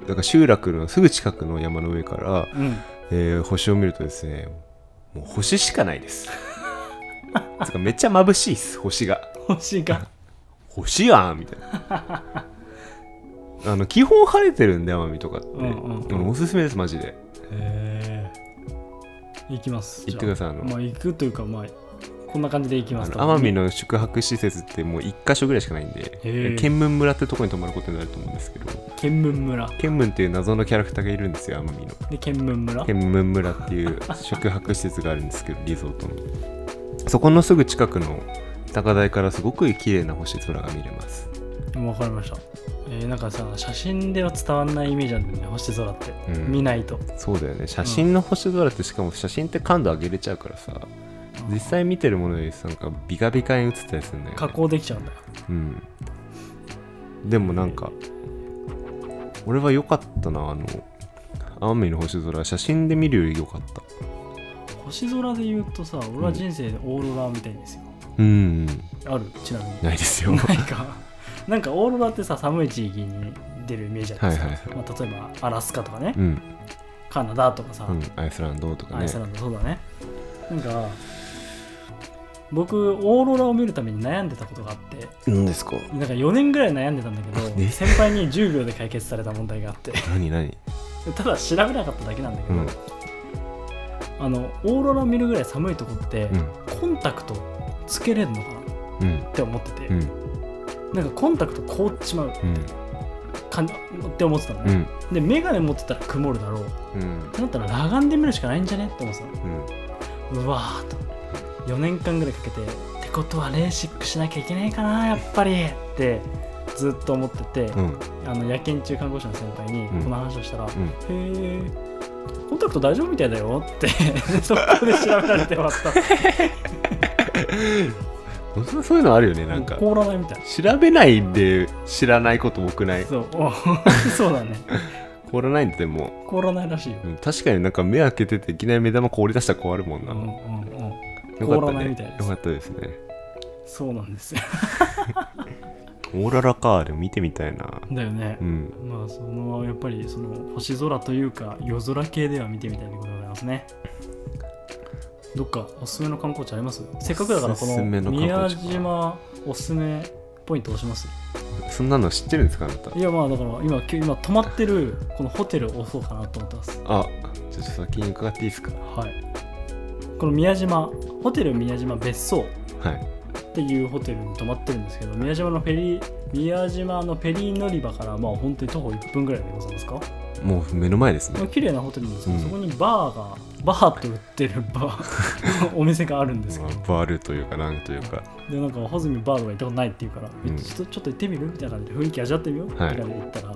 [SPEAKER 3] だから集落のすぐ近くの山の上から、
[SPEAKER 2] うん、
[SPEAKER 3] えー星を見るとですねもう星しかないです つうかめっちゃ眩しいです星が
[SPEAKER 2] 星が。
[SPEAKER 3] 星やんみたいな あの基本晴れてるんで奄美とかって、
[SPEAKER 2] うんうんうん
[SPEAKER 3] あのおすすめですマジで
[SPEAKER 2] へえ。行きます
[SPEAKER 3] 行ってくださいあの
[SPEAKER 2] まあ行くというかまあこんな感じで行きま
[SPEAKER 3] あ
[SPEAKER 2] す
[SPEAKER 3] の
[SPEAKER 2] と
[SPEAKER 3] 奄美の宿泊施設ってもう1か所ぐらいしかないんで
[SPEAKER 2] へえ
[SPEAKER 3] 見聞村ってとこに泊まることになると思うんですけど
[SPEAKER 2] 見聞村
[SPEAKER 3] 見聞っていう謎のキャラクターがいるんですよ奄美の
[SPEAKER 2] で見聞村
[SPEAKER 3] 見聞村っていう宿泊施設があるんですけどリゾートのそこのすぐ近くの高台からすごく綺麗な星空が見れます
[SPEAKER 2] わかりましたえー、なんかさ写真では伝わんないイメージなんだよね星空って、
[SPEAKER 3] うん
[SPEAKER 2] 見ないと
[SPEAKER 3] そうだよね写真の星空ってしかも写真って感度上げれちゃうからさ、実際見てるものよりなんかビカビカに映ったりするんだよ、ね、
[SPEAKER 2] 加工できちゃうんだよ
[SPEAKER 3] うんでもなんか俺は良かったなあの奄美の星空写真で見るより良かった
[SPEAKER 2] 星空で言うとさ俺は人生でオーロラみたいですよ、
[SPEAKER 3] うん
[SPEAKER 2] あるちなみに
[SPEAKER 3] ないですよ
[SPEAKER 2] ないかなんかオーロラってさ寒い地域に出るイメージあるんですよ、
[SPEAKER 3] はいはい
[SPEAKER 2] まあ、例えばアラスカとかね、
[SPEAKER 3] うん、
[SPEAKER 2] カナダとかさ、
[SPEAKER 3] うん、アイスランドとか
[SPEAKER 2] ア
[SPEAKER 3] ね
[SPEAKER 2] イスランドそうだねなんか僕オーロラを見るために悩んでたことがあって
[SPEAKER 3] 何ですか
[SPEAKER 2] なんか4年ぐらい悩んでたんだけど
[SPEAKER 3] え
[SPEAKER 2] 先輩に10秒で解決された問題があって
[SPEAKER 3] 何何
[SPEAKER 2] ただ調べなかっただけなんだけど、
[SPEAKER 3] うんうん
[SPEAKER 2] あのオーロラを見るぐらい寒いとこって、コンタクトつけれるのかな
[SPEAKER 3] うん
[SPEAKER 2] って思ってて、
[SPEAKER 3] うん
[SPEAKER 2] なんかコンタクト凍っちまう
[SPEAKER 3] うん
[SPEAKER 2] かんって思ってたの
[SPEAKER 3] う
[SPEAKER 2] ね、
[SPEAKER 3] ん
[SPEAKER 2] で眼鏡持ってたら曇るだろう
[SPEAKER 3] うん
[SPEAKER 2] ってなったら裸眼で見るしかないんじゃねって思ってたの
[SPEAKER 3] うん
[SPEAKER 2] うわーっと4年間ぐらいかけてってことはレーシックしなきゃいけないかなやっぱりってずっと思ってて、
[SPEAKER 3] うん
[SPEAKER 2] あの夜勤中看護師の先輩に
[SPEAKER 3] うん
[SPEAKER 2] この話をしたら「
[SPEAKER 3] ん
[SPEAKER 2] へえコンタクト大丈夫みたいだよ」ってそこで調べられてました
[SPEAKER 3] 本当そういうのあるよねなんか
[SPEAKER 2] 凍らないみたい
[SPEAKER 3] 調べないで知らないこと多くない
[SPEAKER 2] そう おそうだね
[SPEAKER 3] 凍らないんでも
[SPEAKER 2] 凍らないらしいよ、
[SPEAKER 3] うん確かになんか目開けてていきなり目玉凍り出したら壊るもん
[SPEAKER 2] う
[SPEAKER 3] な、
[SPEAKER 2] んうんうん、
[SPEAKER 3] よか
[SPEAKER 2] 凍
[SPEAKER 3] っ
[SPEAKER 2] ら
[SPEAKER 3] た
[SPEAKER 2] ないみ
[SPEAKER 3] ね
[SPEAKER 2] たいです
[SPEAKER 3] よかったですね
[SPEAKER 2] そうなんですよ
[SPEAKER 3] オーロラかでも見てみたいな
[SPEAKER 2] だよね
[SPEAKER 3] う、ん
[SPEAKER 2] まあそのやっぱりその星空というか夜空系では見てみたいなことでございますねどっかおすすめの観光地ありますせっかくだからこ
[SPEAKER 3] おすすめの
[SPEAKER 2] の
[SPEAKER 3] 観光地か
[SPEAKER 2] 宮島おすすめポイント押します
[SPEAKER 3] そんなの知ってるんですかあなた
[SPEAKER 2] いやまあだから今きゅ今泊まってるこのホテルを押そうかなと思ってます
[SPEAKER 3] あちょっと先に伺っていいですか
[SPEAKER 2] はいこの宮島ホテル宮島別荘
[SPEAKER 3] はい
[SPEAKER 2] っていうホテルに泊まってるんですけど宮島のフェリー宮島のフェリー乗り場からまあ本当に徒歩1分ぐらいでございますか
[SPEAKER 3] もう目の前です
[SPEAKER 2] まあ
[SPEAKER 3] ね
[SPEAKER 2] 綺麗なホテルなんですけど、
[SPEAKER 3] うん
[SPEAKER 2] そこにバーがバーと売ってるバ ーお店があるんですけ
[SPEAKER 3] ま
[SPEAKER 2] ど
[SPEAKER 3] あバールというかなんというか
[SPEAKER 2] でなんか穂積バーとか行ったことないって言うから、
[SPEAKER 3] うん
[SPEAKER 2] ちょっとちょっと行ってみるみたいな感じで雰囲気味わってみようみたい
[SPEAKER 3] はい
[SPEAKER 2] な感じで行ったら、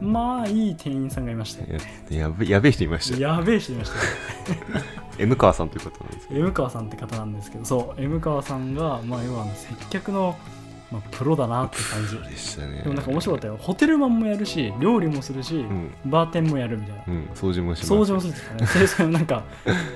[SPEAKER 2] まあいい店員さんがいましたよ
[SPEAKER 3] ややべやべえ人いましたよ
[SPEAKER 2] やべえ人いましたよ
[SPEAKER 3] M 川さんということなんですけ
[SPEAKER 2] M 川さんって方なんですけどそう M 川さんがまあ要はあの接客の、まあ、プロだなって感じ
[SPEAKER 3] どでしたね
[SPEAKER 2] でもなんか面白かったよホテルマンもやるし料理もするし、
[SPEAKER 3] うん
[SPEAKER 2] バーテンもやるみたいな
[SPEAKER 3] うん掃除もします
[SPEAKER 2] 掃除もするんですかね清掃もなん か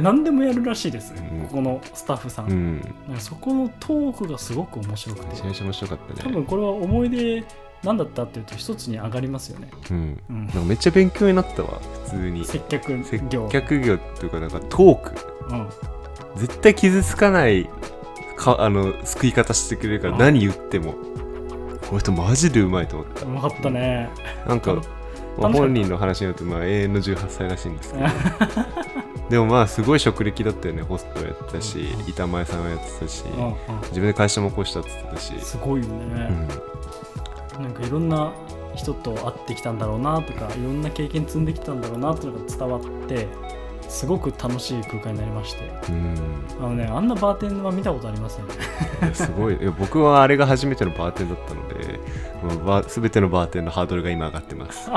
[SPEAKER 2] 何でもやるらしいです、
[SPEAKER 3] うん
[SPEAKER 2] ここのスタッフさん、
[SPEAKER 3] うん
[SPEAKER 2] なんかそこのトークがすごく面白く
[SPEAKER 3] めちゃ
[SPEAKER 2] て
[SPEAKER 3] めちゃ面白かった
[SPEAKER 2] 多
[SPEAKER 3] ね
[SPEAKER 2] 分これは思い出なんだったっていうと一つに上がりますよね、
[SPEAKER 3] うん
[SPEAKER 2] うん
[SPEAKER 3] なんかめっちゃ勉強になったわ普通に
[SPEAKER 2] 接客業
[SPEAKER 3] 接客業というかなんかトーク
[SPEAKER 2] うん、
[SPEAKER 3] 絶対傷つかないかあの救い方してくれるから
[SPEAKER 2] うん
[SPEAKER 3] 何言ってもこの人マジでうまいと思っ
[SPEAKER 2] うまかったね
[SPEAKER 3] たなんか
[SPEAKER 2] 楽楽しか
[SPEAKER 3] まあ
[SPEAKER 2] った
[SPEAKER 3] 本人の話によるとまあ永遠の18歳らしいんですけどでもまあすごい職歴だったよねホストやってたし
[SPEAKER 2] うん
[SPEAKER 3] 板前さんをやってたし
[SPEAKER 2] うんうん
[SPEAKER 3] 自分で会社も起こしたって言ってたし
[SPEAKER 2] すごいよ
[SPEAKER 3] う
[SPEAKER 2] ね、
[SPEAKER 3] ん
[SPEAKER 2] なんかいろんな人と会ってきたんだろうなとかいろんな経験積んできたんだろうなというのが伝わってすごく楽しい空間になりまして
[SPEAKER 3] うん
[SPEAKER 2] あのねあんなバーテンは見たことありません
[SPEAKER 3] いやすごいいや僕はあれが初めてのバーテンだったのでまあバ全てのバーテンのハードルが今上がってま す
[SPEAKER 2] っ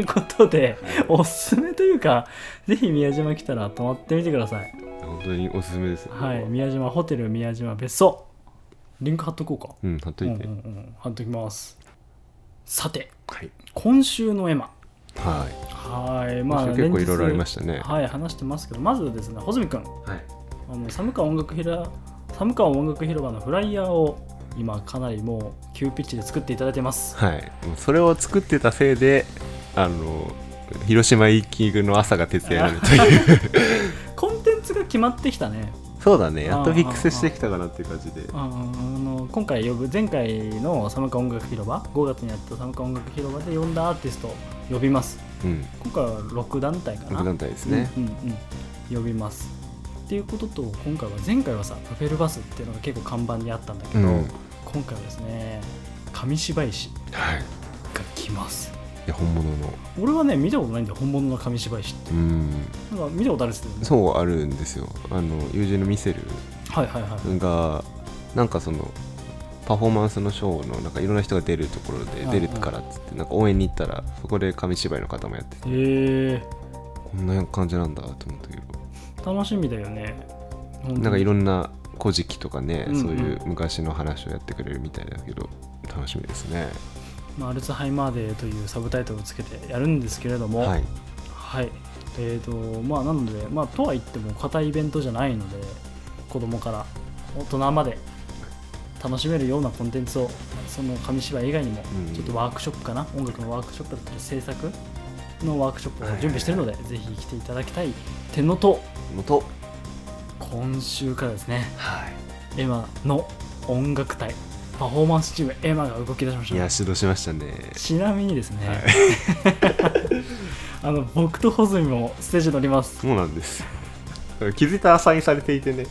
[SPEAKER 2] てことで、おすすめというか、ぜひ宮島来たら泊まってみてください。
[SPEAKER 3] 本当におすすめです
[SPEAKER 2] はい、宮島ホテル宮島別荘。リンク貼っとこうか。
[SPEAKER 3] うん貼っといて、
[SPEAKER 2] うんうんうん、貼っときます。さて、
[SPEAKER 3] はい
[SPEAKER 2] 今週のエマ。
[SPEAKER 3] はい
[SPEAKER 2] はい、ま
[SPEAKER 3] ま
[SPEAKER 2] あ、
[SPEAKER 3] あ、結構いろいろありま
[SPEAKER 2] し
[SPEAKER 3] したね。
[SPEAKER 2] はい、話してますけど、まずはですね、穂積君、
[SPEAKER 3] はい。
[SPEAKER 2] あの寒川音楽ひら寒川音楽広場のフライヤーを今、かなりもう急ピッチで作っていただいてます。
[SPEAKER 3] はい。もうそれを作ってたせいで、あの、広島行きの朝が徹夜になるという。
[SPEAKER 2] コンテンツが決まってきたね。
[SPEAKER 3] そうだね。やっと
[SPEAKER 2] あー
[SPEAKER 3] フィックスしてきたかなっていう感じで。
[SPEAKER 2] あの今回呼ぶ前回の寒川音楽広場5月にやった寒川音楽広場で呼んだアーティストを呼びます
[SPEAKER 3] うん。
[SPEAKER 2] 今回は6団体かな
[SPEAKER 3] 6団体ですね。
[SPEAKER 2] うんうんうん呼びますっていうことと今回は前回はさパフェルバスっていうのが結構看板にあったんだけど、
[SPEAKER 3] うん
[SPEAKER 2] 今回はですね紙芝居師
[SPEAKER 3] はいい
[SPEAKER 2] が来ます
[SPEAKER 3] や本物の
[SPEAKER 2] 俺はね見たことないんだよ本物の紙芝居師って
[SPEAKER 3] うん
[SPEAKER 2] なんか見たことあるっすよね
[SPEAKER 3] そうあるんですよあの友人のミセル
[SPEAKER 2] はいはいはい、
[SPEAKER 3] がなんかそのパフォーマンスのショーのなんかいろんな人が出るところで
[SPEAKER 2] うん
[SPEAKER 3] 出るからっつってなんか応援に行ったらそこで紙芝居の方もやってて
[SPEAKER 2] え
[SPEAKER 3] こんな感じなんだと思ったけど
[SPEAKER 2] ー、楽しみだよねほと
[SPEAKER 3] なんかいろんな「古事記」とかね、
[SPEAKER 2] うんうん
[SPEAKER 3] そういう昔の話をやってくれるみたいだけど楽しみですね
[SPEAKER 2] まあアルツハイマーデーというサブタイトルをつけてやるんですけれども
[SPEAKER 3] はい
[SPEAKER 2] はいえーとまあなのでまあとは言っても硬いイベントじゃないので子供から大人まで楽しめるようなコンテンツをその紙芝居以外にも
[SPEAKER 3] うん
[SPEAKER 2] ちょっとワークショップかな、音楽のワークショップだったり制作のワークショップを準備してるので、ぜひ来ていただきたい点のと
[SPEAKER 3] のと
[SPEAKER 2] 今週からですね
[SPEAKER 3] は
[SPEAKER 2] エマの音楽隊パフォーマンスチームエマが動き出しまし
[SPEAKER 3] い
[SPEAKER 2] た
[SPEAKER 3] や指導しましたね
[SPEAKER 2] ちなみにですね、 あの僕と穂積もステージに乗ります
[SPEAKER 3] そうなんです気づいたらアサインされていてね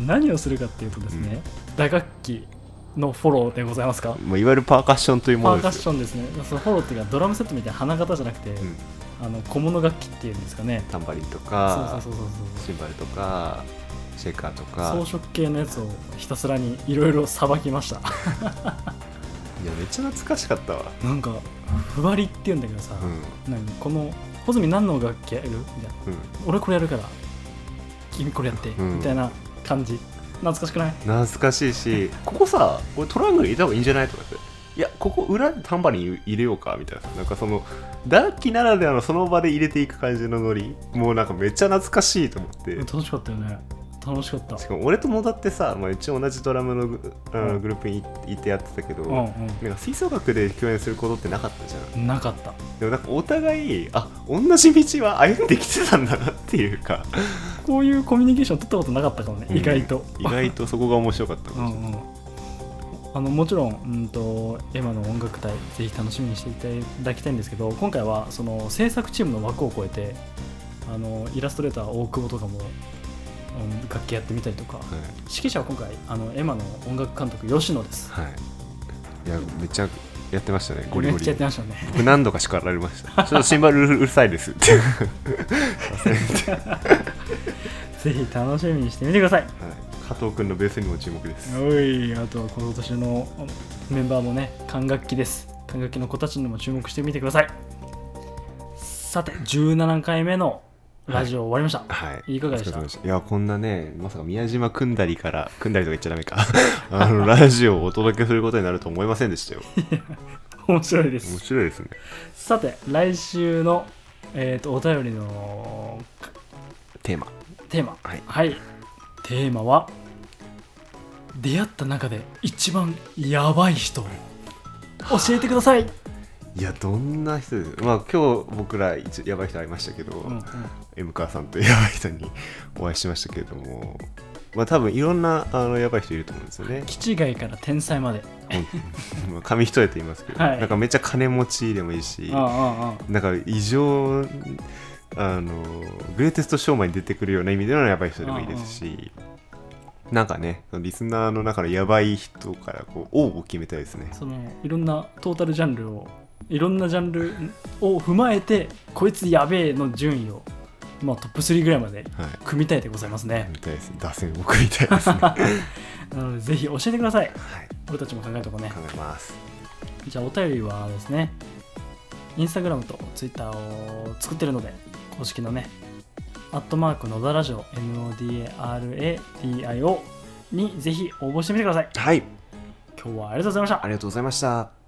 [SPEAKER 2] 何をするかっていうとですね、打楽器のフォローでございますか
[SPEAKER 3] もういわゆるパーカッションというも
[SPEAKER 2] パ
[SPEAKER 3] の
[SPEAKER 2] ーカ
[SPEAKER 3] で
[SPEAKER 2] ッ
[SPEAKER 3] す
[SPEAKER 2] ションですねそのフォローっていうかドラムセットみたいな花形じゃなくて、
[SPEAKER 3] うん、
[SPEAKER 2] あの小物楽器っていうんですかね
[SPEAKER 3] タンバリンと
[SPEAKER 2] そうそ
[SPEAKER 3] か
[SPEAKER 2] うそうそうそう
[SPEAKER 3] シンバルとかシェイカーとか
[SPEAKER 2] 装飾系のやつをひたすらにいろいろさばきました
[SPEAKER 3] いやめっちゃ懐かしかったわ
[SPEAKER 2] なんかふわりっていうんだけどさ、
[SPEAKER 3] うん
[SPEAKER 2] 何この穂積何の楽器やるみたいな
[SPEAKER 3] うん
[SPEAKER 2] 俺これやるから君これやって、
[SPEAKER 3] うん
[SPEAKER 2] みたいな感じ懐かしくない
[SPEAKER 3] 懐かしいしここさこれトラングル入れた方がいいんじゃないとかっていやここ裏でタンバリン入れようかみたいななんかその打楽器ならではのその場で入れていく感じのノリもうなんかめっちゃ懐かしいと思って
[SPEAKER 2] 楽しかったよね楽しかった
[SPEAKER 3] しかも俺と野田ってさ、まあ、一応同じドラムのグあ
[SPEAKER 2] う
[SPEAKER 3] の
[SPEAKER 2] ん
[SPEAKER 3] グループにいてやってたけど、
[SPEAKER 2] うん
[SPEAKER 3] なんか吹奏楽で共演することってなかったじゃん
[SPEAKER 2] うんなかった
[SPEAKER 3] でもなんかお互いあ同じ道は歩んできてたんだなっていうか
[SPEAKER 2] こういうコミュニケーション取ったことなかったかもね、
[SPEAKER 3] うん
[SPEAKER 2] 意外と
[SPEAKER 3] 意外とそこが面白かった
[SPEAKER 2] う
[SPEAKER 3] かもしれ
[SPEAKER 2] んうんあのもちろん、うん、とエマの音楽隊ぜひ楽しみにしていただきたいんですけど今回はその制作チームの枠を超えてあのイラストレーター大久保とかも、うん、楽器やってみたりとか
[SPEAKER 3] ない
[SPEAKER 2] 指揮者は今回あのエマの音楽監督吉野です
[SPEAKER 3] はい、いやめっちゃやってましたねゴリゴ
[SPEAKER 2] めっ
[SPEAKER 3] リ
[SPEAKER 2] ちゃやってましたね
[SPEAKER 3] 僕何度か叱られましたちょっとシンバルうるうるさいですって忘れて
[SPEAKER 2] ぜひ楽しみにしてみてください
[SPEAKER 3] はい加藤君のベースにも注目です
[SPEAKER 2] おいあとは今年のメンバーもね管楽器です管楽器の子たちにも注目してみてくださいさて17回目のラジオ終わりました、
[SPEAKER 3] はい
[SPEAKER 2] いかがでした
[SPEAKER 3] お疲れ様いやこんなねまさか宮島組んだりから組んだりとか言っちゃダメか あのラジオをお届けすることになると思いませんでしたよ
[SPEAKER 2] 面白いで
[SPEAKER 3] 面
[SPEAKER 2] す
[SPEAKER 3] 白いですね
[SPEAKER 2] さて来週の、えー、とお便りの
[SPEAKER 3] テーマ
[SPEAKER 2] テーマ
[SPEAKER 3] はい
[SPEAKER 2] テーマは出会った中で一番やばい人教えてください、
[SPEAKER 3] いやどんな人ですまあ今日僕ら一やばい人会いましたけど、
[SPEAKER 2] うんうん
[SPEAKER 3] M 川さんとやばい人にお会いしましたけれどもまあ多分いろんなあのやばい人いると思うんですよね
[SPEAKER 2] 気違いから天才まで
[SPEAKER 3] 本当にまあ紙一重と言いますけど、
[SPEAKER 2] はい
[SPEAKER 3] なんかめっちゃ金持ちでもいいし、
[SPEAKER 2] ああああ
[SPEAKER 3] なんか異常あのグレイテストショーマンに出てくるような意味でのやばい人でもいいですし、なんかねそのリスナーの中のやばい人からこう王を決めたいですね
[SPEAKER 2] そのいろんなトータルジャンルをいろんなジャンルを踏まえてこいつやべえの順位を、まあ、トップ3ぐらいまで
[SPEAKER 3] はい
[SPEAKER 2] 組みたいでございますね
[SPEAKER 3] みたいです打線を送りた いですねは
[SPEAKER 2] なのでぜひ教えてください
[SPEAKER 3] い
[SPEAKER 2] 俺たちも考えとこうね
[SPEAKER 3] 考えます
[SPEAKER 2] じゃあお便りはですねインスタグラムとツイッターを作ってるので公式のねアットマーク野田ラジオ NODARADIO にぜひ応募してみてください
[SPEAKER 3] はい
[SPEAKER 2] 今日はありがとうございました
[SPEAKER 3] ありがとうございました